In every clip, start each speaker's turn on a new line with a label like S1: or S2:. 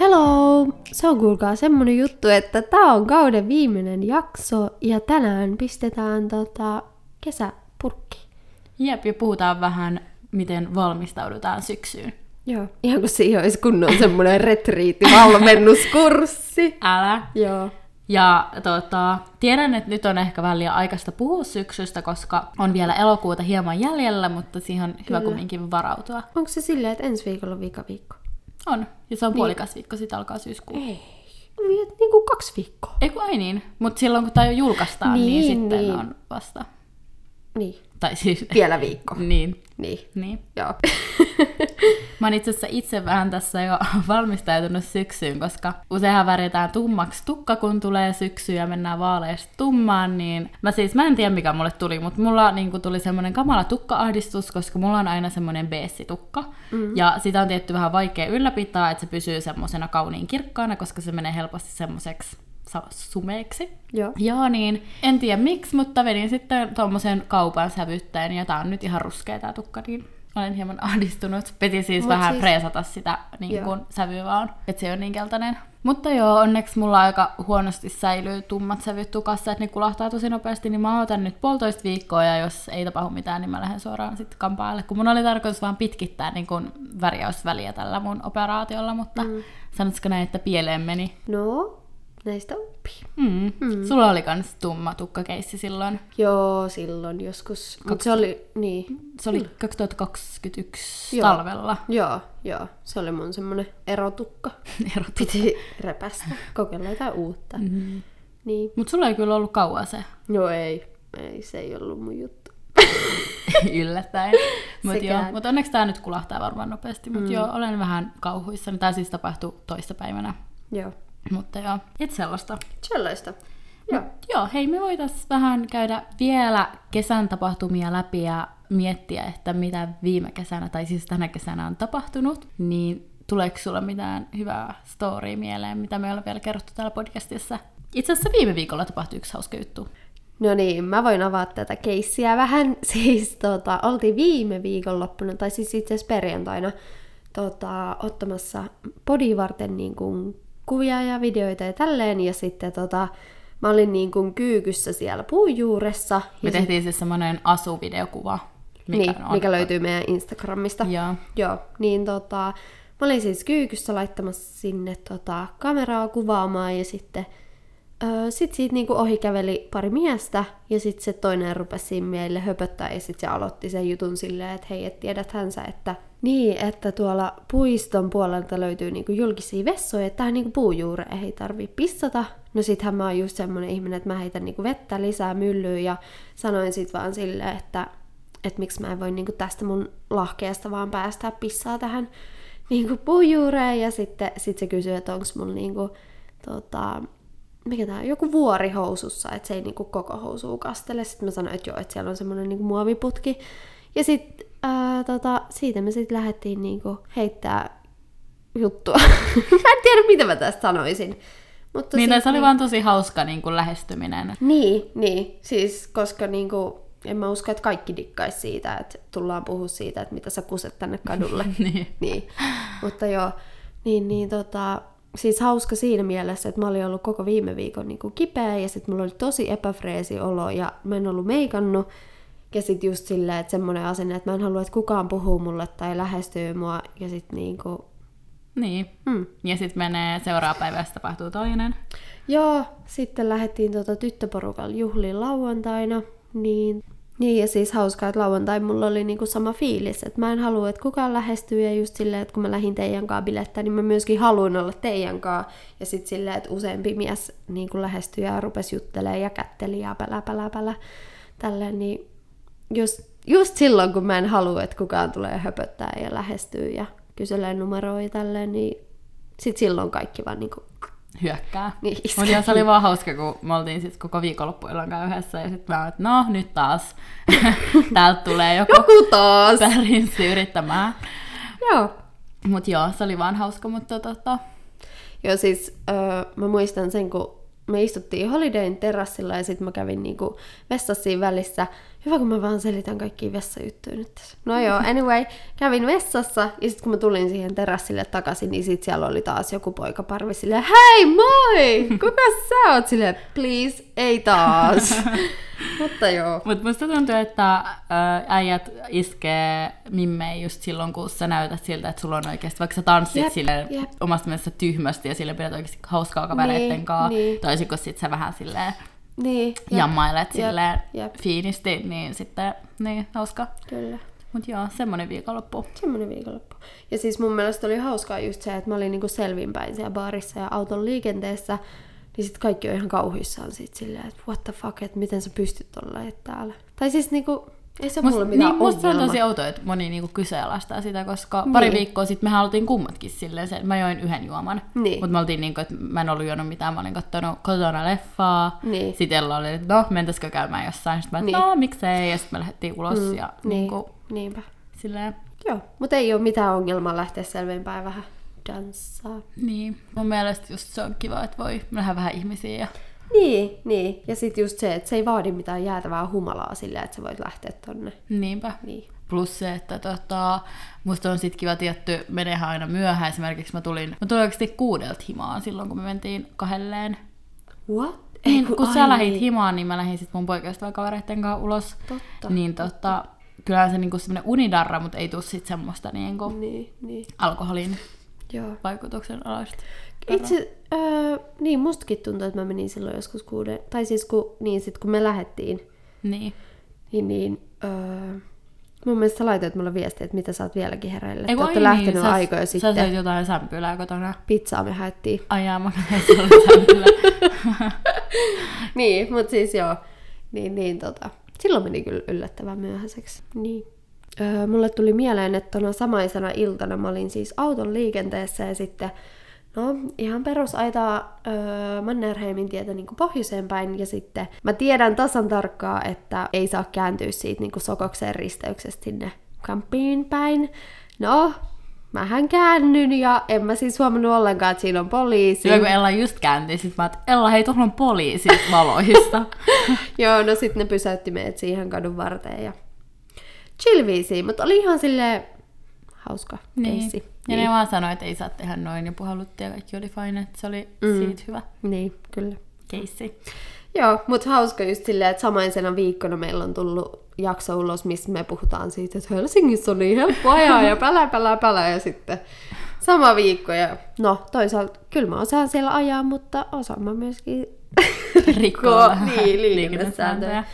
S1: Hello! Se on kuulkaa semmonen juttu, että tää on kauden viimeinen jakso ja tänään pistetään tota kesäpurkki.
S2: Jep, ja puhutaan vähän, miten valmistaudutaan syksyyn.
S1: Joo. Ihan kun siihen olisi kunnon semmonen retriitivalmennuskurssi.
S2: Älä.
S1: Joo.
S2: Ja tota, tiedän, että nyt on ehkä vähän liian aikaista puhua syksystä, koska on vielä elokuuta hieman jäljellä, mutta siihen on hyvä
S1: Kyllä.
S2: kumminkin varautua.
S1: Onko se silleen, että ensi viikolla on vika viikko?
S2: On. Ja
S1: Niin.
S2: se on puolikas viikko, sitten alkaa syyskuu.
S1: Ei. Viet niinku kaksi viikkoa.
S2: Ei kun ai niin, mutta silloin kun tämä jo julkaistaan, niin,
S1: Niin,
S2: niin sitten
S1: niin.
S2: on vasta.
S1: Niin.
S2: Tai siis,
S1: Vielä viikko.
S2: niin,
S1: Niin.
S2: niin.
S1: Joo.
S2: Mä oon itse asiassa itse vähän tässä jo valmistautunut syksyyn, koska useinhan värjätään tummaksi tukka, kun tulee syksy ja mennään vaaleista tummaan, niin mä siis, mä en tiedä mikä mulle tuli, mutta mulla niin tuli semmoinen kamala tukkaahdistus, koska mulla on aina semmoinen beessitukka, mm-hmm. ja sitä on tietty vähän vaikea ylläpitää, että se pysyy semmoisena kauniin kirkkaana, koska se menee helposti semmoiseksi sa- sumeeksi.
S1: Joo.
S2: Joo niin, en tiedä miksi, mutta vedin sitten tuommoisen kaupan sävyttäen ja tää on nyt ihan ruskea tää tukka, niin olen hieman ahdistunut. Piti siis
S1: Mut
S2: Mut vähän
S1: siis-
S2: siis... preesata sitä niin
S1: Joo.
S2: kun sävyä vaan, että se on niin keltainen. Mutta joo, onneksi mulla aika huonosti säilyy tummat sävyt tukassa, että ne kulahtaa tosi nopeasti, niin mä otan nyt puolitoista viikkoa ja jos ei tapahdu mitään, niin mä lähden suoraan sitten kampaajalle, kun mun oli tarkoitus vaan pitkittää niin kun värjäysväliä tällä mun operaatiolla, mutta mm. sanotko näin, että pieleen meni?
S1: No, näistä oppii.
S2: Mm. Mm. Sulla oli kans tumma tukkakeissi silloin.
S1: Joo, silloin joskus. Mut se oli, niin.
S2: Se oli 2021
S1: Joo.
S2: Joo. talvella
S1: Joo, joo. Se oli mun semmonen erotukka.
S2: erottu.
S1: Piti repästä. Kokeilla jotain uutta.
S2: Mm.
S1: Niin.
S2: Mut sulla ei kyllä ollut kauan se
S1: No ei. Ei, se ei ollut mun juttu.
S2: yllättäen. Mut,
S1: Sekään.
S2: joo. Mut onneksi tää nyt kulahtaa varmaan nopeasti. Mut mm. joo, olen vähän kauhuissani. Tää siis tapahtui toissapäivänä.
S1: Joo.
S2: Mutta joo, et sellaista.
S1: Sellaista. No, Joo.
S2: Joo, hei me voitais vähän käydä vielä kesän tapahtumia läpi ja miettiä, että mitä viime kesänä tai siis tänä kesänä on tapahtunut. Niin tuleeko sulla mitään hyvää storia mieleen, mitä me ollaan vielä kerrottu täällä podcastissa? Itse asiassa viime viikolla tapahtui yksi hauska juttu.
S1: No niin, mä voin avata tätä keissiä vähän. Siis tota, oltiin viime viikonloppuna, tai siis itse asiassa perjantaina, tota, ottamassa podi varten niin kuin, kuvia ja videoita ja tälleen. Ja sitten tota, mä olin niin kuin, kyykyssä siellä puun juuressa.
S2: Me
S1: Ja
S2: tehtiin siis semmoinen asuvideokuva, mikä
S1: niin,
S2: on.
S1: mikä löytyy meidän Instagramista.
S2: Joo.
S1: Joo, niin tota, mä olin siis kyykyssä laittamassa sinne tota, kameraa kuvaamaan ja sitten öö, sit siitä niinku ohi käveli pari miestä ja sitten se toinen rupesi siinä meille höpöttää ja sitten se aloitti sen jutun silleen, että hei, et tiedäthän sä, että niin, että tuolla puiston puolelta löytyy niinku julkisia vessoja, että tähän niinku puujuureen ei tarvii pissata. No sittenhän mä oon just semmonen ihminen, että mä heitän niinku vettä lisää myllyyn ja sanoin sit vaan silleen, että että miksi mä en voi niinku tästä mun lahkeesta vaan päästää pissaa tähän niinku puujuureen. Ja sitten sit se kysyy, että onko mulla niinku, tota, mikä tää on, joku vuori housussa, että se ei niinku koko housua kastele. Sitten mä sanoin, että joo, että siellä on semmoinen niinku muoviputki. Ja sitten tota, siitä me sitten lähdettiin niinku heittää juttua. mä en tiedä, mitä mä tästä sanoisin. Mutta
S2: Niin,
S1: sit niinku-
S2: tai se oli vaan tosi hauska niin kuin lähestyminen.
S1: niin, niin. Siis koska niinku, en mä usko, että kaikki dikkaisi siitä, että tullaan puhua siitä, että mitä sä kuset tänne kadulle.
S2: niin.
S1: niin. Mutta joo, niin, niin tota, siis hauska siinä mielessä, että mä olin ollut koko viime viikon niinku kipeä ja sitten mulla oli tosi epäfreesi olo ja mä en ollut meikannut. Ja sit just silleen, että semmoinen asenne, että mä en halua, että kukaan puhuu mulle tai lähestyy mua ja sit niinku,
S2: niin.
S1: mm,
S2: Ja sitten menee seuraava päivä, jos tapahtuu toinen.
S1: Joo, sitten lähdettiin tuota tyttöporukalla juhliin lauantaina, niin... Niin, ja siis hauskaa, että lauantai mulla oli niinku sama fiilis, että mä en halua, että kukaan lähestyy, ja just silleen, että kun mä lähdin teidän kanssa bilettää, niin mä myöskin haluan olla teidän kanssa. Ja sitten silleen, että useampi mies niinku lähestyi ja rupesi juttelemaan ja kätteli ja pälä, pälä, pälä. Tälleen, niin just, just silloin, kun mä en halua, että kukaan tulee höpöttää ja lähestyy ja kyselee numeroa ja tälleen, niin sit silloin kaikki vaan niinku...
S2: hyökkää.
S1: Niin,
S2: Mutta joo, se oli vaan hauska, kun me oltiin sit koko viikonloppu illan yhdessä ja sitten mä oon, että no nyt taas täältä tulee joku
S1: Joku taas!
S2: pärinssi yrittämään.
S1: Joo.
S2: Mutta joo, se oli vaan hauska, mutta tota,
S1: Joo, siis öö, mä muistan sen, kun me istuttiin Holidayn terassilla ja sitten mä kävin niinku vessassa siinä välissä Hyvä, kun mä vaan selitän kaikki vessajuttuja nyt tässä. No joo, anyway, kävin vessassa ja sitten kun mä tulin siihen terassille takaisin, niin sit siellä oli taas joku poikaparvi silleen, hei moi, kuka sä oot? Silleen, please, ei taas. Mutta joo.
S2: Mutta musta tuntuu, että ö, äijät iskee mimmei just silloin, kun sä näytät siltä, että sulla on oikeasti, vaikka sä tanssit
S1: Jep,
S2: jep, silleen
S1: jep.
S2: jep. omasta mielestä tyhmästi ja sille pidät oikeasti hauskaa kavereitten
S1: Niin,
S2: kanssa,
S1: niin.
S2: niin. toisin kuin sit sä vähän silleen
S1: Niin,
S2: jep, jammailet
S1: jep,
S2: silleen
S1: jep.
S2: fiinisti, niin sitten niin hauska.
S1: kyllä.
S2: Mut joo, semmonen viikonloppu.
S1: Semmoinen viikonloppu. Ja siis mun mielestä oli hauskaa just se, että mä olin niinku selvinpäin siellä baarissa ja auton liikenteessä, niin sitten kaikki on ihan kauhuissaan siitä silleen, että what the fuck, että miten sä pystyt olla täällä. Tai siis niinku, ei se mulla mitään
S2: niin, musta se on
S1: ongelma.
S2: tosi outoa, että moni niinku kyseenalaistaa sitä, koska niin. pari
S1: Niin.
S2: viikkoa sitten mehän oltiin kummatkin silleen, se, mä join yhden juoman,
S1: Niin.
S2: mutta me oltiin niinku, että mä en ollut juonut mitään, mä olin kattonut kotona leffaa,
S1: Niin.
S2: sitten Ella oli, että no mentäisikö käymään jossain, sitten mä,
S1: Niin.
S2: että no miksei, ja sitten me lähdettiin ulos mm, ja
S1: niin,
S2: niin. niinku,
S1: niinpä.
S2: silleen,
S1: Joo, mutta ei ole mitään ongelmaa lähteä selvinpäin vähän danssaa.
S2: niin. Mun mielestä just se on kiva, että voi nähdä vähän ihmisiä ja
S1: Niin, niin. Ja sitten just se, että se ei vaadi mitään jäätävää humalaa sillä, että sä voit lähteä tonne.
S2: niinpä.
S1: Niin.
S2: Plus se, että tota, musta on sit kiva tietty, menehän aina myöhään. Esimerkiksi mä tulin, mä tulin oikeasti kuudelta himaan silloin, kun me mentiin kahdelleen
S1: What?
S2: Niin, kun, sä
S1: ai
S2: lähit himaan, niin mä lähdin sit mun poikaystäväkavereitten kanssa ulos.
S1: Totta.
S2: Niin tota, kyllähän se niinku semmonen unidarra, mutta ei tuu sit semmoista niinku
S1: Niin, niin.
S2: alkoholin
S1: Joo.
S2: vaikutuksen alaista.
S1: Itse, öö, niin mustakin tuntuu, että mä menin silloin joskus kuuden, tai siis kun, niin sit kun me lähettiin,
S2: Niin.
S1: niin, niin öö, mun mielestä sä laitoit mulle viestiä, että mitä sä oot vieläkin hereillä.
S2: Ei
S1: Te
S2: kun
S1: ootte
S2: ai niin,
S1: lähtenyt
S2: sä-
S1: aikoja
S2: sä
S1: sitten.
S2: söit jotain sämpylää kotona.
S1: Pizzaa me haettiin.
S2: Ajaa, mä se oli sämpylää.
S1: niin, mutta siis joo. Niin, niin tota. Silloin meni kyllä yllättävän myöhäiseksi. Niin. Öö, mulle tuli mieleen, että tuona samaisena iltana mä olin siis auton liikenteessä ja sitten No, ihan perusaitaa öö, Mannerheimin tietä niin pohjoiseen päin, ja sitten mä tiedän tasan tarkkaan, että ei saa kääntyä siitä niin sokokseen risteyksestä sinne kampiin päin. No, mähän käännyn, ja en mä siis huomannut ollenkaan, että siinä on poliisi.
S2: Silloin kun Ella just käänti, sit mä oot, Ella, hei, tuolla on poliisi valoista.
S1: Joo, no sitten ne pysäytti meidät siihen kadun varteen ja chillviisiin, mutta oli ihan silleen hauska
S2: niin.
S1: keissi.
S2: Ja ne vaan sanoi, että ei saa tehdä noin, ja puhallutti ja kaikki oli fine, että se oli
S1: Mm.
S2: siitä hyvä
S1: niin, kyllä.
S2: keissi.
S1: Joo, mutta hauska just silleen, että samaisena viikkona meillä on tullut jakso ulos, missä me puhutaan siitä, että Helsingissä on niin helppo ajaa ja pälä, pälä, pälä ja sitten sama viikko. Ja no, toisaalta kyllä mä osaan siellä ajaa, mutta osaan mä myöskin
S2: Rikkoo vähän
S1: niin, liikennesääntöjä.
S2: liikennesääntöjä.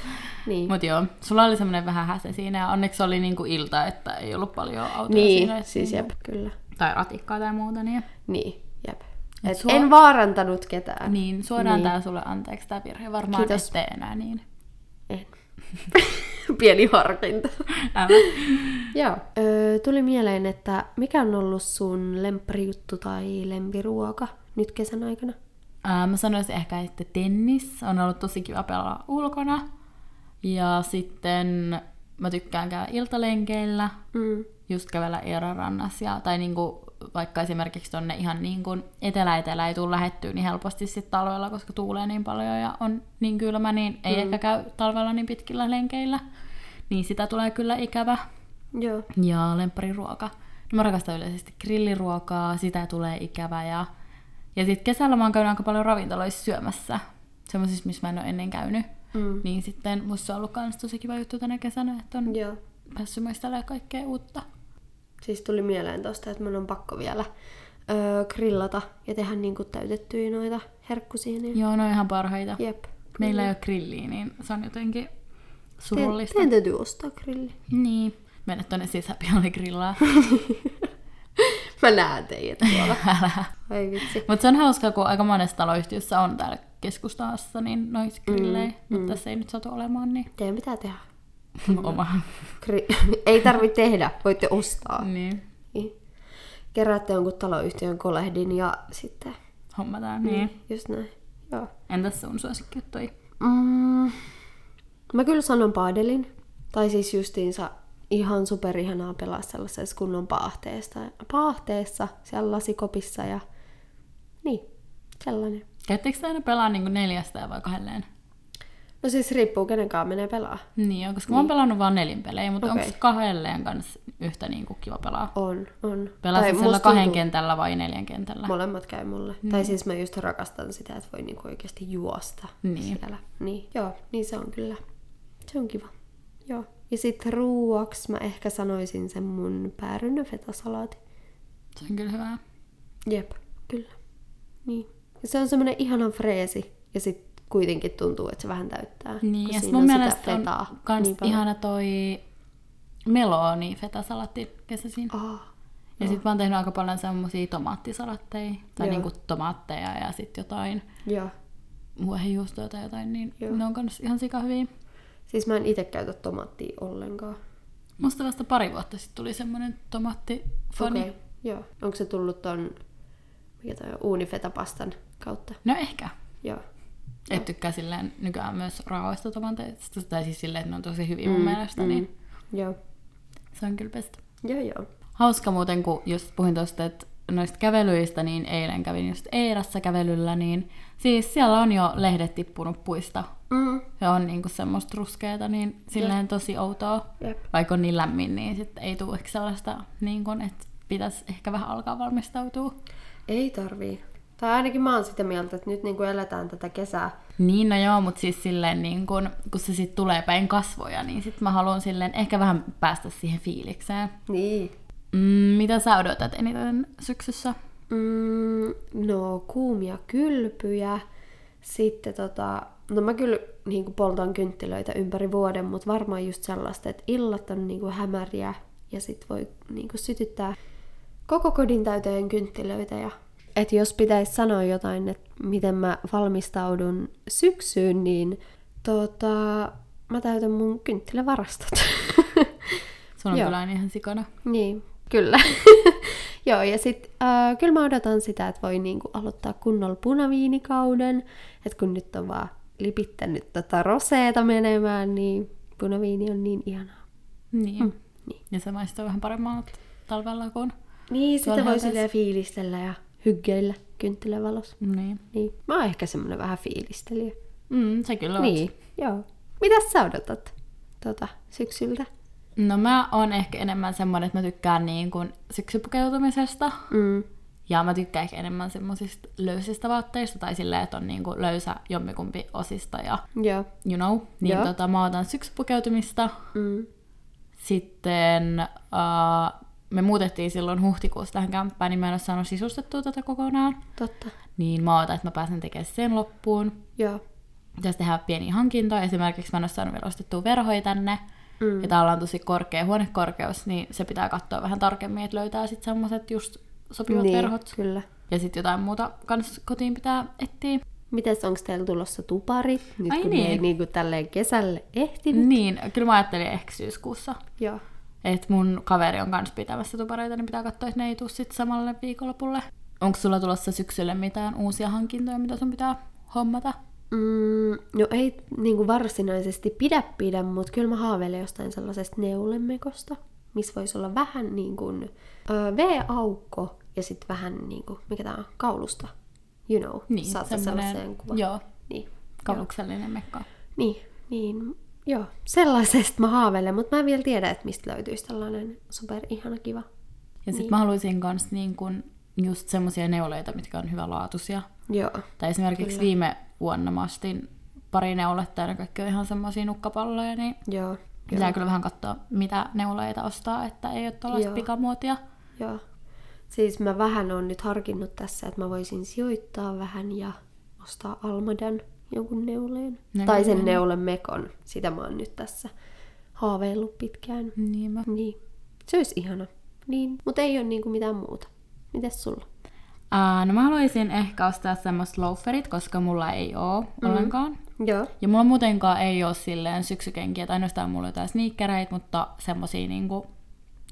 S1: Niin.
S2: Mut joo, sulla oli semmoinen vähän häse siinä ja onneksi oli niinku ilta, että ei ollut paljon autoja
S1: niin,
S2: siinä. että
S1: siis jep,
S2: niinku-
S1: kyllä.
S2: Tai ratikkaa tai muuta, niin,
S1: Niin, jep.
S2: Et
S1: Et
S2: sua-
S1: En vaarantanut ketään.
S2: niin suoraan
S1: Niin.
S2: niin. tää sulle anteeksi tää virhe, varmaan
S1: Kiitos.
S2: Kiitos. et tee enää niin.
S1: En. Pieni harkinta.
S2: Älä.
S1: Joo. Öö, tuli mieleen, että mikä on ollut sun lempparijuttu tai lempiruoka nyt kesän aikana?
S2: Ää, mä sanoisin ehkä, että tennis on ollut tosi kiva pelaa ulkona. Ja sitten mä tykkään käydä iltalenkeillä,
S1: Mm.
S2: just kävellä Eerarannassa. Ja, tai niinku, vaikka esimerkiksi tonne ihan niinku etelä-etelä ei tule lähettyä niin helposti sit talvella, koska tuulee niin paljon ja on niin kylmä, niin ei mm. ehkä käy talvella niin pitkillä lenkeillä. Niin sitä tulee kyllä ikävä.
S1: Joo.
S2: Ja lemppariruoka. No mä rakastan yleisesti grilliruokaa, sitä tulee ikävä. Ja, ja sitten kesällä mä oon käynyt aika paljon ravintoloissa syömässä. Semmoisissa, missä mä en ole ennen käynyt.
S1: Mm.
S2: Niin sitten musta se on ollut kans tosi kiva juttu tänä kesänä, että on
S1: Joo.
S2: päässyt muistelemaan kaikkea uutta.
S1: Siis tuli mieleen tosta, että mun on pakko vielä öö, grillata ja tehdä niinku täytettyjä noita herkkusiiniä.
S2: Joo, ne on ihan parhaita.
S1: Jep.
S2: Meillä ei ole grilliä, niin se on jotenkin surullista.
S1: Teidän täytyy ostaa grilli.
S2: Niin. Mennä tonne sisäpihalle grillaa.
S1: Mä näen teidät tuolla. Ai vitsi.
S2: Mutta se on hauskaa, kun aika monessa taloyhtiössä on täällä keskustassa niin noita grillejä, mm, mutta tässä ei nyt satu olemaan, niin
S1: Teidän pitää tehdä. Mm.
S2: oma.
S1: Gri- ei tarvitse tehdä, voitte ostaa.
S2: niin.
S1: Niin. Keräätte jonkun taloyhtiön kolehdin ja sitten...
S2: hommataan. Niin.
S1: Just näin. Joo.
S2: Entäs sun suosikkijuttuja?
S1: Mm, mä kyllä sanon paadelin. Tai siis justiinsa ihan superihanaa pelaa sellaisessa kunnon paahteessa, paahteessa siellä lasikopissa ja niin, sellainen.
S2: Käyttekö te aina pelaa niin neljästä vai niinku kahdelleen?
S1: No siis riippuu kenenkaan menee pelaa.
S2: Niin on, koska niin. mä oon pelannut vaan nelin pelejä, mutta okay.
S1: Okei.
S2: onko kahdelleen kanssa yhtä niin kuin kiva pelaa?
S1: On, on. Tai
S2: Pelasit siellä
S1: musta
S2: kahden
S1: tuntuu-
S2: kentällä vai neljän kentällä?
S1: Molemmat käy mulle. Mm. Tai siis mä just rakastan sitä, että voi niinku oikeasti juosta
S2: Niin.
S1: siellä. Niin. Joo, niin se on kyllä. Se on kiva. Joo. Ja sitten ruuaksi mä ehkä sanoisin sen mun päärynä fetasalaatin.
S2: Se on kyllä
S1: Äh,
S2: hyvää.
S1: Jep, kyllä. Niin. Ja se on semmoinen ihanan freesi. Ja sitten kuitenkin tuntuu, että se vähän täyttää.
S2: Niin,
S1: kun
S2: ja sit
S1: siinä
S2: mun
S1: sitä
S2: mielestä on
S1: fetaa
S2: kans
S1: niin paljon.
S2: ihana toi niin meloni fetasalatti kesäisin.
S1: Aa,
S2: Ja sit mä oon tehnyt aika paljon semmosia tomaattisalatteja, tai
S1: Joo.
S2: niinku tomaatteja ja sit jotain
S1: joo.
S2: vuohenjuustoa tai jotain, niin
S1: Joo.
S2: ne on kans ihan sika hyviä.
S1: Siis mä en itse käytä tomaattia ollenkaan.
S2: Musta vasta pari vuotta sitten tuli semmonen tomaattifani.
S1: Okei, Joo. Onko se tullut ton, mikä toi on, uunifetapastan kautta?
S2: No ehkä.
S1: Joo.
S2: Et tykkää silleen nykyään myös raoista tomaateista, tai siis silleen, että ne on tosi hyviä mun mielestä, niin
S1: Mm, Joo.
S2: se on kyllä best.
S1: Joo, joo.
S2: Hauska muuten, kun jos puhuin tuosta, että noista kävelyistä, niin eilen kävin just Eerassa kävelyllä, niin siis siellä on jo lehdet tippunut puista.
S1: Mm.
S2: Se on niinku semmoista ruskeata, niin silleen tosi outoa.
S1: Jep.
S2: Vaikka on niin lämmin, niin sit ei tule ehkä sellaista, niin kun, että pitäisi ehkä vähän alkaa valmistautua.
S1: Ei tarvii. Tai ainakin mä oon sitä mieltä, että nyt niin eletään tätä kesää.
S2: Niin, no joo, mutta siis silleen, niin kun, kun se sitten tulee päin kasvoja, niin sitten mä haluan silleen ehkä vähän päästä siihen fiilikseen.
S1: Niin.
S2: Mm, mitä sä odotat eniten syksyssä?
S1: Mm, no kuumia kylpyjä. Sitten tota, no mä kyllä niin kuin poltan kynttilöitä ympäri vuoden, mutta varmaan just sellaista, että illat on niin kuin hämäriä ja sit voi niin kuin sytyttää koko kodin täyteen kynttilöitä. Ja... Et jos pitäisi sanoa jotain, että miten mä valmistaudun syksyyn, niin tota, mä täytän mun kynttilävarastot.
S2: Sun on
S1: Joo.
S2: kyllä aina ihan sikana.
S1: Niin, kyllä. Joo, ja sitten äh, kyllä mä odotan sitä, että voi niinku aloittaa kunnolla punaviinikauden. Että kun nyt on vaan lipittänyt tota roseeta menemään, niin punaviini on niin ihanaa.
S2: Niin. Mm. niin. Ja se maistuu vähän paremmalta talvella kuin...
S1: Niin, sitä
S2: Tuolla
S1: voi
S2: helpes.
S1: silleen fiilistellä ja hyggeillä kynttilävalossa.
S2: Niin.
S1: Niin, mä oon ehkä semmonen vähän fiilistelijä.
S2: Mm, se kyllä on.
S1: Niin, joo. Mitäs sä odotat tota, syksyltä?
S2: No mä oon ehkä enemmän semmoinen, että mä tykkään niin kuin syksypukeutumisesta.
S1: Mm.
S2: Ja mä tykkään ehkä enemmän semmoisista löysistä vaatteista tai silleen, että on niin kuin löysä jommikumpi osista ja
S1: Joo.
S2: you know. Niin
S1: Joo.
S2: tota, mä otan syksypukeutumista.
S1: Mm.
S2: Sitten uh, me muutettiin silloin huhtikuussa tähän kämppään, niin mä en ole saanut sisustettua tätä kokonaan.
S1: Totta.
S2: Niin mä otan, että mä pääsen tekemään sen loppuun.
S1: Joo.
S2: pitäisi tehdä pieniä hankintoja. Esimerkiksi mä en ole saanut vielä ostettua verhoja tänne.
S1: Mm.
S2: Mm. Ja täällä on tosi korkea huonekorkeus, niin se pitää katsoa vähän tarkemmin, että löytää sitten semmoiset just sopivat niin. verhot.
S1: kyllä.
S2: Ja sitten jotain muuta kans kotiin pitää etsiä.
S1: Mites, onko teillä tulossa tupari, nyt
S2: Ai
S1: kun
S2: niin.
S1: me ei niinku tälleen kesälle ehtinyt?
S2: Niin, kyllä mä ajattelin ehkä syyskuussa.
S1: Joo.
S2: Että mun kaveri on kans pitämässä tupareita, niin pitää katsoa, että ne ei tuu sit samalle viikonlopulle. Onko sulla tulossa syksyllä mitään uusia hankintoja, mitä sun pitää hommata?
S1: Mm, no ei niinku varsinaisesti pidä pidä, mutta kyllä mä haaveilen jostain sellaisesta neulemekosta, missä voisi olla vähän niin kuin ö, V-aukko ja sitten vähän niin kuin, mikä tää on, kaulusta. You know, saatte
S2: Niin, semmonen-
S1: sellaiseen kuvan.
S2: Joo,
S1: Niin.
S2: kauluksellinen mekka.
S1: Niin, niin, joo. Sellaisesta mä haaveilen, mutta mä en vielä tiedä, että mistä löytyisi tällainen superihana kiva.
S2: Ja sitten mä haluaisin kans niin kun just semmosia neuleita, mitkä on hyvälaatuisia.
S1: Joo.
S2: Tai esimerkiksi Kyllä. viime vuonna mä ostin pari neuletta ja ne kaikki on ihan semmosia nukkapalloja, niin
S1: Joo.
S2: pitää kyllä vähän katsoa, mitä neuleita ostaa, että ei ole tällaista
S1: Joo.
S2: pikamuotia.
S1: Joo. Siis mä vähän on nyt harkinnut tässä, että mä voisin sijoittaa vähän ja ostaa Almadan jonkun neuleen.
S2: No
S1: tai
S2: kyllä.
S1: sen neulen mekon. Sitä mä oon nyt tässä haaveillut pitkään.
S2: Niin mä.
S1: Niin. Se olisi ihana. Niin. Mutta ei ole niinku mitään muuta. Mites sulla?
S2: Ää, no mä haluaisin ehkä ostaa semmoiset loaferit, koska mulla ei oo mm.
S1: Mm-hmm.
S2: ollenkaan.
S1: Joo.
S2: Ja mulla muutenkaan ei oo silleen syksykenkiä, tai ainoastaan mulla on jotain sneakereitä, mutta semmosia niinku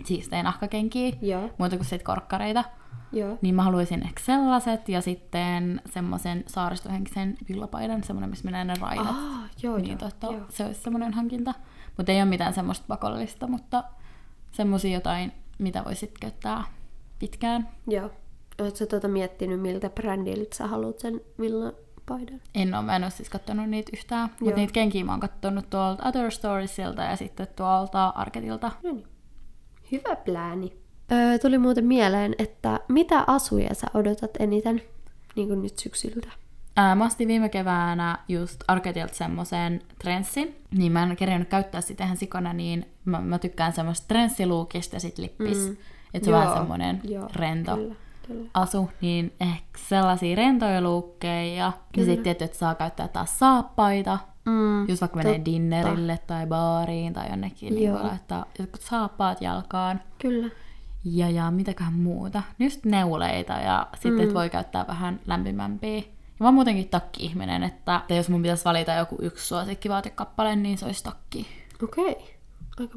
S2: siistejä nahkakenkiä,
S1: Joo.
S2: muuta kuin sit korkkareita.
S1: Joo.
S2: Niin mä haluaisin ehkä sellaiset ja sitten semmoisen saaristohenkisen villapaidan, semmoinen, missä menee ne raidat.
S1: Ah, joo,
S2: niin
S1: joo,
S2: totta,
S1: joo.
S2: se olisi semmoinen hankinta. Mutta ei ole mitään semmoista pakollista, mutta semmoisia jotain, mitä voisit käyttää pitkään.
S1: tota Joo. Oletko tuota miettinyt, miltä brändiltä sä haluat sen villan paidan.
S2: En ole, mä en ole siis kattonut niitä yhtään,
S1: Joo.
S2: mutta niitä kenkiä mä oon kattonut tuolta Other Storiesilta ja sitten tuolta Arketilta.
S1: No niin. Hyvä plääni. Öö, tuli muuten mieleen, että mitä asuja sä odotat eniten, niin kuin nyt syksyltä?
S2: Ää, mä ostin viime keväänä just Arketilta semmoisen trenssin, niin mä en kerennyt käyttää sitä ihan sikona, niin mä, mä tykkään semmoista trenssiluukista ja sit lippis. Mm. Että se
S1: Joo,
S2: on vähän semmoinen
S1: joo,
S2: rento.
S1: Kyllä, kyllä.
S2: asu, niin ehkä sellaisia rentoja luukkeja. Ja sitten tietty, että saa käyttää taas saappaita.
S1: Mm.
S2: Jos vaikka menee dinnerille tai baariin tai jonnekin, niin
S1: Joo.
S2: voi laittaa jotkut saappaat jalkaan.
S1: Kyllä.
S2: Ja, ja mitäköhän muuta. Just neuleita ja sitten mm. voi käyttää vähän lämpimämpiä. Ja mä oon muutenkin takki-ihminen, että, että jos mun pitäisi valita joku yksi suosikkivaatekappale, niin se olisi takki.
S1: Okei. Aika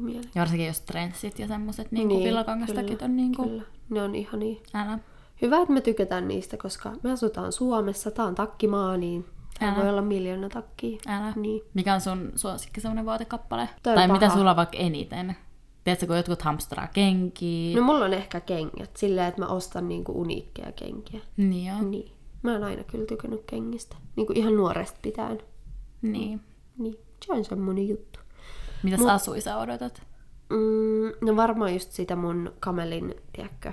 S1: mielenkiintoista.
S2: Ja varsinkin jos trendsit ja semmoset niin niin, villakangastakit on niin kuin,
S1: Kyllä. Ne on ihan niin.
S2: älä.
S1: Hyvä, että me tykätään niistä, koska me asutaan Suomessa, tää on takkimaa, niin tää
S2: Älä.
S1: voi olla miljoona takkia.
S2: Älä.
S1: Niin.
S2: Mikä on sun suosikki semmonen vaatekappale?
S1: Toi on
S2: tai
S1: paha.
S2: mitä sulla on vaikka eniten? Tiedätkö, kun jotkut hamstraa kenkiä?
S1: No mulla on ehkä kengät, silleen, että mä ostan niinku uniikkeja kenkiä.
S2: Niin joo.
S1: Niin. Mä oon aina kyllä tykännyt kengistä. Niinku ihan nuoresta pitäen.
S2: Niin.
S1: Niin. Se on semmonen juttu.
S2: Mitäs Mut... asui sä odotat?
S1: Mm, no varmaan just sitä mun kamelin, tiedätkö,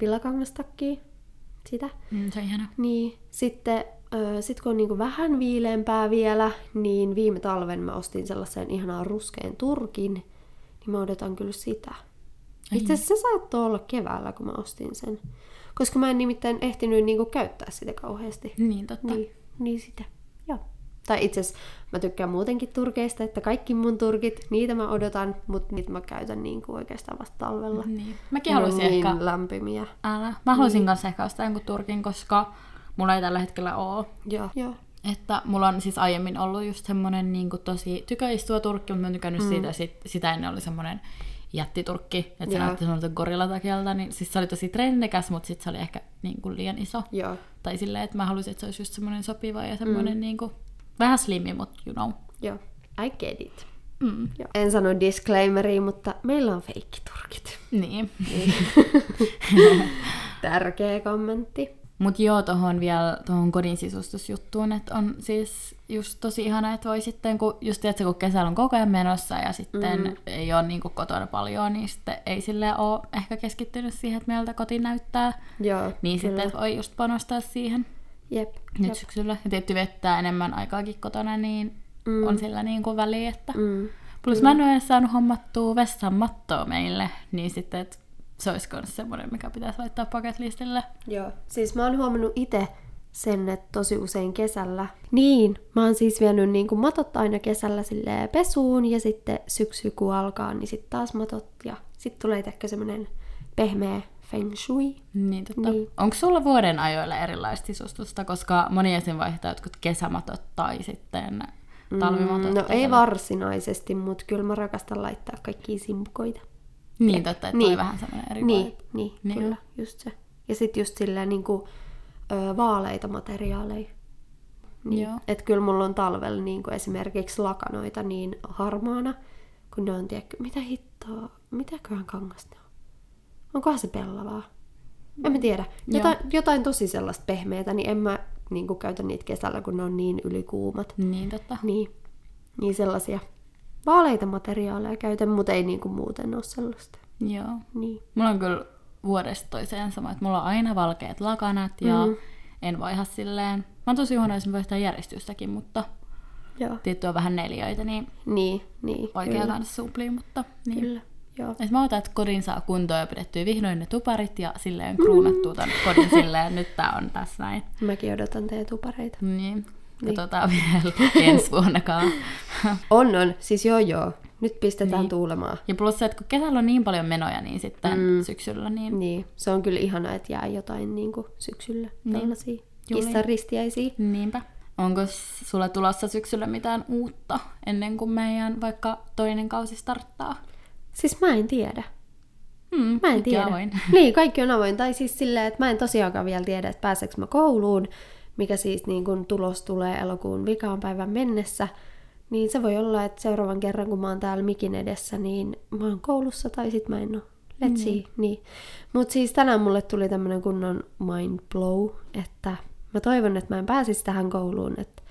S1: villakangastakkiä. Sitä.
S2: Mm, se on ihana.
S1: Niin, sitten ö, sit kun on niinku vähän viileämpää vielä, niin viime talven mä ostin sellaisen ihanaan ruskeen turkin, niin mä odotan kyllä sitä. Itse asiassa se saattoi olla keväällä, kun mä ostin sen. Koska mä en nimittäin ehtinyt niinku käyttää sitä kauheasti.
S2: Niin totta. Niin.
S1: Niin, niin sitä. Joo. Tai itse asiassa mä tykkään muutenkin turkeista, että kaikki mun turkit, niitä mä odotan, mutta niitä mä käytän niinku oikeastaan vasta talvella.
S2: niin. Mäkin
S1: Ne on
S2: haluaisin
S1: niin
S2: ehkä...
S1: lämpimiä.
S2: Älä. Mä haluaisin niin. kanssa ehkä ostaa jonkun turkin, koska mulla ei tällä hetkellä oo.
S1: Joo. Joo.
S2: Että mulla on siis aiemmin ollut just semmonen niin kuin tosi tykäistuva turkki, mutta mä oon tykännyt mm. siitä, sit, sitä ennen oli semmonen jättiturkki, että se
S1: Joo.
S2: näytti semmoiselta gorilatakelta, niin siis se oli tosi trennekäs, mutta sitten se oli ehkä niin kuin liian iso.
S1: Joo.
S2: Tai silleen, että mä haluaisin, että se olisi just semmoinen sopiva ja semmoinen mm. niin kuin, vähän slimmi, mutta you know.
S1: Joo. I get it.
S2: Mm.
S1: Joo. En sano disclaimeria, mutta meillä on feikkiturkit.
S2: Niin.
S1: Tärkeä kommentti.
S2: Mut joo, tohon vielä tohon kodin sisustusjuttuun, että on siis just tosi ihana, että voi sitten, kun, just tiedätkö, kun kesällä on koko ajan menossa ja sitten mm. ei ole niin kotona paljon, niin sitten ei sille ole ehkä keskittynyt siihen, että meiltä koti näyttää.
S1: Joo.
S2: Niin
S1: kyllä.
S2: sitten voi just panostaa siihen
S1: Jep.
S2: nyt Jop. syksyllä. Ja tietty vettää enemmän aikaakin kotona, niin mm. on sillä niin kuin väliä, että
S1: Mm.
S2: Plus mä en ole edes saanut hommattua vessan mattoa meille, niin sitten et se olisi myös semmoinen, mikä pitäisi laittaa paketlistille.
S1: Joo. Siis mä oon huomannut itse sen, että tosi usein kesällä. Niin, mä oon siis vienyt niin kuin matot aina kesällä silleen pesuun ja sitten syksy kun alkaa, niin sitten taas matot ja sitten tulee ehkä semmonen pehmeä feng shui.
S2: Niin totta.
S1: Niin.
S2: Niin. Onko sulla vuoden ajoilla erilaista sisustusta, koska moni esim. vaihtaa jotkut kesämatot tai sitten talvimatot?
S1: No
S2: tai
S1: ei
S2: tällä-
S1: varsinaisesti, mutta kyllä mä rakastan laittaa kaikkia simpukoita.
S2: Niin totta, että niin.
S1: Niin.
S2: toi vähän semmoinen eri
S1: Niin,
S2: vibe.
S1: niin,
S2: Niin.
S1: kyllä, just se. Ja sitten just silleen niin kuin, ö, vaaleita materiaaleja. Niin.
S2: Joo.
S1: Et kyllä mulla on talvella niin kuin esimerkiksi lakanoita niin harmaana, kun ne on, tiedätkö, mitä hittoa, mitäköhän kangasta ne on? Onkohan se pellavaa? En mä tiedä. Jotain, jotain tosi sellaista pehmeätä, niin en mä niin kuin, käytä niitä kesällä, kun ne on niin ylikuumat.
S2: Niin totta.
S1: Niin, niin sellaisia vaaleita materiaaleja käytän, mutta ei niinku muuten ole sellaista.
S2: Niin. Joo.
S1: Niin.
S2: Mulla on kyllä vuodesta toiseen sama, että mulla on aina valkeat lakanat ja mm. en vaiha silleen. Mä oon tosi huono, jos mä vaihtaa järjestystäkin, mutta
S1: Joo.
S2: tietty on vähän neljöitä, niin
S1: Niin, niin.
S2: vaikea kanssa suplii, mutta niin.
S1: Kyllä. Joo.
S2: Et mä otan, että kodin saa kuntoon ja pidettyä vihdoin ne tuparit ja
S1: Mm.
S2: silleen kruunattu ton kodin silleen, nyt tää on tässä näin.
S1: Mäkin odotan teidän tupareita.
S2: Niin. Katsotaan vielä ensi vuonnakaan. Mm.
S1: On, on. Siis joo, joo. Nyt pistetään niin. tuulemaan.
S2: Ja plus se, että kun kesällä on niin paljon menoja, niin sitten mm. syksyllä niin...
S1: Niin. Se on kyllä ihana, että jää jotain niinku syksyllä. Niin. Tällaisia
S2: Juuri.
S1: kissaristiäisiä.
S2: Niinpä. Onko sulla tulossa syksyllä mitään uutta ennen kuin meidän vaikka toinen kausi starttaa?
S1: Siis mä en tiedä.
S2: Hmm,
S1: Mä en
S2: kaikki
S1: tiedä.
S2: avoin.
S1: Niin, kaikki on avoin. Tai siis silleen, että mä en tosiaankaan vielä tiedä, että pääseekö mä kouluun, mikä siis niin kun tulos tulee elokuun vikaan päivän mennessä. Niin se voi olla, että seuraavan kerran, kun mä oon täällä mikin edessä, niin mä oon koulussa tai sit mä en oo. Let's niin. see. Niin. Mut siis tänään mulle tuli tämmönen kunnon mind blow, että Mä toivon, että mä en pääsisi tähän kouluun, että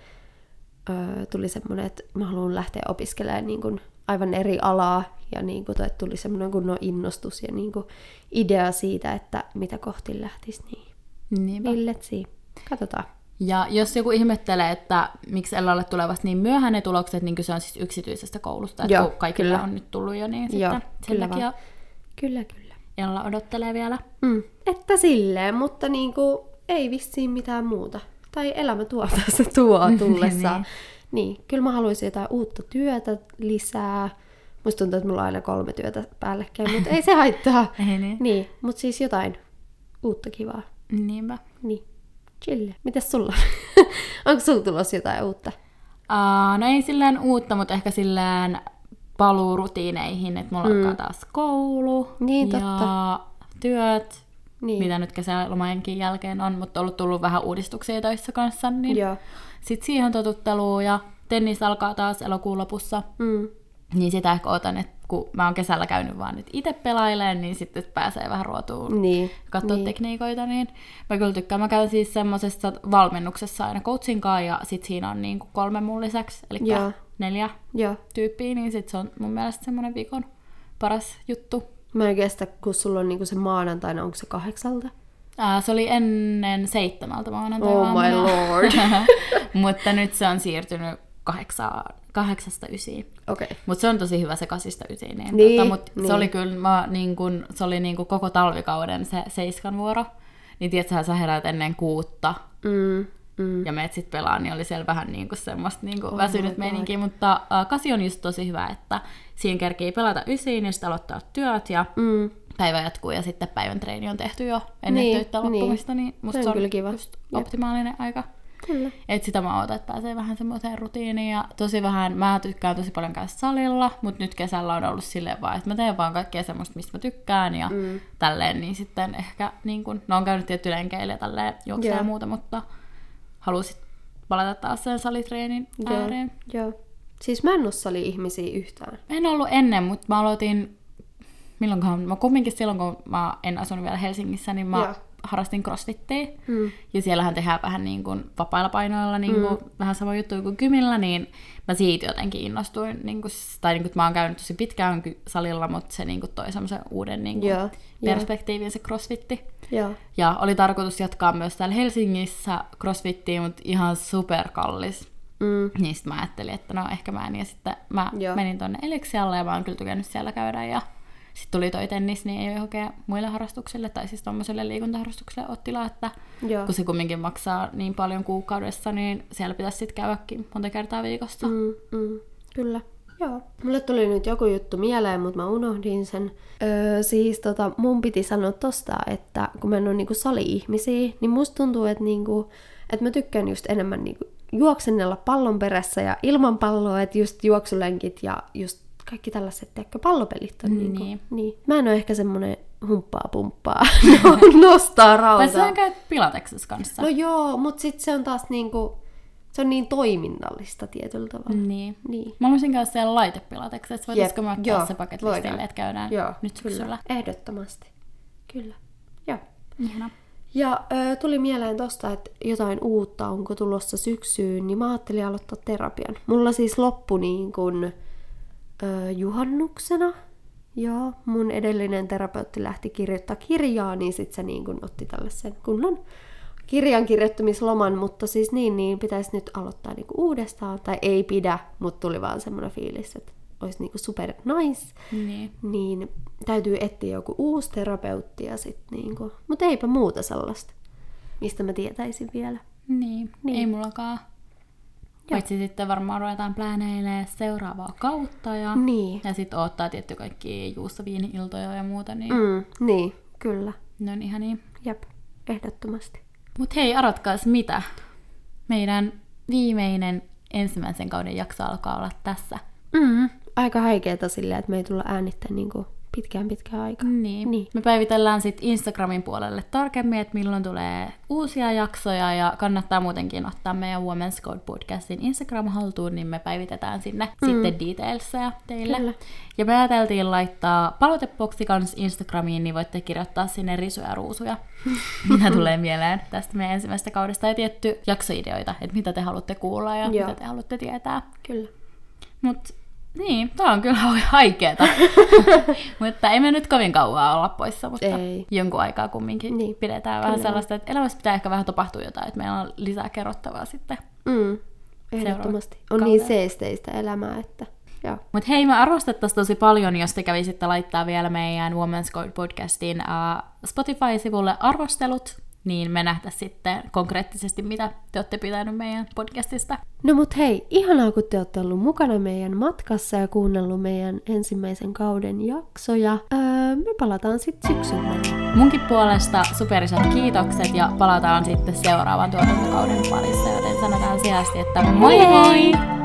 S1: öö, tuli semmoinen, että mä haluan lähteä opiskelemaan niin kuin aivan eri alaa ja niin kuin, että tuli semmoinen kunnon innostus ja niin kuin idea siitä, että mitä kohti lähtisi. Niin.
S2: Niinpä.
S1: Illetsi. Katsotaan.
S2: Ja jos joku ihmettelee, että miksi Ellalle tulevat niin myöhään ne tulokset, niin kyse on siis yksityisestä koulusta. Että
S1: Joo,
S2: kun kaikilla
S1: kyllä.
S2: on nyt tullut jo, niin
S1: Joo,
S2: sitten sen
S1: kyllä
S2: takia
S1: Kyllä, kyllä.
S2: Ella odottelee vielä.
S1: Mm. Että silleen, mutta niin kuin, ei vissiin mitään muuta. Tai elämä tuo tässä tuo tullessaan. niin. kyllä mä haluaisin jotain uutta työtä lisää. Musta tuntuu, että mulla on aina kolme työtä päällekkäin, mutta ei se haittaa.
S2: Ei niin.
S1: niin, mutta siis jotain uutta kivaa.
S2: Niinpä.
S1: Niin, chill. Mitäs sulla? Onko sulla tulossa jotain uutta?
S2: Uh, no ei silleen uutta, mutta ehkä silleen paluu rutiineihin, että mulla mm. alkaa taas koulu
S1: Niin,
S2: ja
S1: totta.
S2: työt,
S1: Niin.
S2: niin. mitä nyt kesälomajenkin jälkeen on, mutta on tullut vähän uudistuksia töissä kanssa, niin
S1: Joo.
S2: sitten siihen totutteluun ja tennis alkaa taas elokuun lopussa,
S1: Mm.
S2: niin sitä ehkä otan, että kun mä oon kesällä käynyt vaan nyt itse pelaileen, niin sitten pääsee vähän ruotuun
S1: Niin.
S2: katsoa
S1: niin.
S2: tekniikoita, niin mä kyllä tykkään. Mä käyn siis semmoisessa valmennuksessa aina coachin kanssa, ja sit siinä on niin kuin kolme mun lisäksi, eli
S1: Joo.
S2: neljä
S1: Joo.
S2: tyyppiä, niin sit se on mun mielestä semmoinen viikon paras juttu.
S1: Mä en kestä, kun sulla on niinku se maanantaina, onko se kahdeksalta?
S2: Ää, se oli ennen seitsemältä maanantaina.
S1: Oh my lord.
S2: Mutta nyt se on siirtynyt kahdeksaa, kahdeksasta ysiin.
S1: Okei. Okay.
S2: Mutta se on tosi hyvä se kasista ysiin. Niin,
S1: Niin,
S2: tota, mut
S1: niin.
S2: se oli kyllä, mä, niin kun, se oli niin kun koko talvikauden se seiskan vuoro. Niin tiedätkö, sä heräät ennen kuutta
S1: Mm. Mm.
S2: ja meet sit pelaa, niin oli siellä vähän niinku semmoista niinku oh
S1: my
S2: väsynyt
S1: God.
S2: meininkiä, mutta äh, kasi on just tosi hyvä, että siihen kerkii pelata ysiin ja sitten aloittaa työt ja
S1: Mm.
S2: päivä jatkuu ja sitten päivän treeni on tehty jo ennen
S1: Niin,
S2: niin, töitä
S1: niin.
S2: loppumista, niin, musta
S1: on
S2: se on
S1: kyllä kiva.
S2: just
S1: Jep.
S2: optimaalinen aika.
S1: Kyllä.
S2: Et sitä mä ootan, että pääsee vähän semmoiseen rutiiniin ja tosi vähän, mä tykkään tosi paljon käydä salilla, mutta nyt kesällä on ollut silleen vaan, että mä teen vaan kaikkea semmoista, mistä mä tykkään ja
S1: Mm.
S2: mm. tälleen, niin sitten ehkä, niin kun, no on käynyt tietty lenkeillä ja tälleen juoksee
S1: Joo.
S2: ja muuta, mutta halusit palata taas sen salitreenin
S1: Joo.
S2: ääreen.
S1: Joo. Siis mä en oo sali-ihmisiä yhtään.
S2: En ollut ennen, mutta mä aloitin, milloinkohan, mä kumminkin silloin, kun mä en asunut vielä Helsingissä, niin mä
S1: Joo.
S2: harrastin crossfittiä.
S1: Mm.
S2: Ja siellähän tehdään vähän niin kuin vapailla painoilla niin kuin mm. vähän sama juttu kuin kymillä, niin mä siitä jotenkin innostuin. Niin kuin, tai niin kuin, mä oon käynyt tosi pitkään ky- salilla, mutta se niin kuin toi semmoisen uuden niin kuin
S1: Joo, joo.
S2: perspektiivin se crossfitti.
S1: Joo.
S2: Ja oli tarkoitus jatkaa myös täällä Helsingissä crossfittiin, mutta ihan superkallis.
S1: Mm.
S2: Niin sit mä ajattelin, että no ehkä mä en. Ja sitten mä
S1: Joo.
S2: Joo. menin tonne Elixialle ja mä oon kyllä tykännyt siellä käydä. Ja sitten tuli toi tennis, niin ei oikein muille harrastuksille tai siis tommoselle liikuntaharrastukselle ole tilaa, että
S1: Joo.
S2: kun se kumminkin maksaa niin paljon kuukaudessa, niin siellä pitäisi sitten käydäkin monta kertaa viikossa. Mm.
S1: Mm, mm, kyllä. Joo. Mulle tuli nyt joku juttu mieleen, mutta mä unohdin sen. Öö, siis tota, mun piti sanoa tosta, että kun mä en ole niinku sali-ihmisiä, niin musta tuntuu, että niinku, et mä tykkään just enemmän niinku juoksennella pallon perässä ja ilman palloa, että just juoksulenkit ja just kaikki tällaiset, tiedätkö, pallopelit on niinku, niin.
S2: Niin.
S1: niin. Mä en ole ehkä semmonen humppaa pumppaa, No, nostaa rautaa.
S2: Tai sä käyt pilateksessa kanssa.
S1: No joo, mutta sitten se on taas niinku, se on niin toiminnallista tietyllä tavalla. Mm.
S2: Niin.
S1: Niin.
S2: Mä voisin käydä siellä laitepilateksessa, voitaisiko mä
S1: Joo,
S2: ottaa se
S1: voidaan.
S2: paketlistille, että käydään nyt syksyllä.
S1: Kyllä. Ehdottomasti. Kyllä. Joo.
S2: Ihana.
S1: Ja ö, tuli mieleen tosta, että jotain uutta onko tulossa syksyyn, niin mä ajattelin aloittaa terapian. Mulla siis loppu niin kun, ö, juhannuksena. Joo, mun edellinen terapeutti lähti kirjoittaa kirjaa, niin sit se niin kun otti tällaisen kunnon kirjan kirjoittamisloman, mutta siis niin, niin pitäisi nyt aloittaa niinku uudestaan, tai ei pidä, mutta tuli vaan semmoinen fiilis, että olisi niinku super nice,
S2: Niin.
S1: niin täytyy etsiä joku uusi terapeutti ja sit niinku, mutta eipä muuta sellaista, mistä mä tietäisin vielä.
S2: Niin.
S1: Niin.
S2: niin. Ei mullakaan. Paitsi sitten varmaan ruvetaan pläneilemään seuraavaa kautta ja,
S1: Niin.
S2: ja sitten odottaa tietty kaikki juustoviini-iltoja ja muuta, niin mm.
S1: Mm, niin, kyllä.
S2: ne on ihan niin.
S1: Jep, ehdottomasti.
S2: Mut hei, arvatkaas mitä? Meidän viimeinen ensimmäisen kauden jakso alkaa olla tässä.
S1: Mm, aika haikeeta silleen, että me ei tulla äänittämään niinku pitkään pitkään aikaan.
S2: Niin.
S1: Niin.
S2: niin. Me päivitellään sitten Instagramin puolelle tarkemmin, että milloin tulee uusia jaksoja ja kannattaa muutenkin ottaa meidän Women's Code podcastin Instagram haltuun, niin me päivitetään sinne mm. sitten detailsseja teille.
S1: Kyllä.
S2: Ja me ajateltiin laittaa palauteboksi kanssa Instagramiin, niin voitte kirjoittaa sinne risuja ja ruusuja, mitä tulee mieleen tästä meidän ensimmäisestä kaudesta ja tietty jaksoideoita, että mitä te haluatte kuulla ja
S1: Joo.
S2: Joo. mitä te haluatte tietää.
S1: Kyllä.
S2: Mut niin, tää on kyllä haikeeta. mutta ei me nyt kovin kauan olla poissa, mutta
S1: Ei.
S2: jonkun aikaa kumminkin
S1: Niin,
S2: niin. pidetään vähän sellaista, että elämässä pitää ehkä vähän tapahtua jotain, että meillä on lisää kerrottavaa sitten.
S1: Mm. Ehdottomasti. On
S2: kaudella.
S1: niin seesteistä elämää, että joo.
S2: Mutta hei, me arvostettaisiin tosi paljon, jos te kävisitte laittaa vielä meidän Women's Code podcastin uh, Spotify-sivulle arvostelut, niin me nähtäisiin sitten konkreettisesti, mitä te olette pitänyt meidän podcastista.
S1: No mut hei, ihanaa kun te olette ollut mukana meidän matkassa ja kuunnellut meidän ensimmäisen kauden jaksoja. Öö, me palataan sitten syksyllä.
S2: Munkin puolesta superisat kiitokset ja palataan sitten seuraavan tuotantokauden parissa, joten sanotaan sijasti, että moi moi! moi!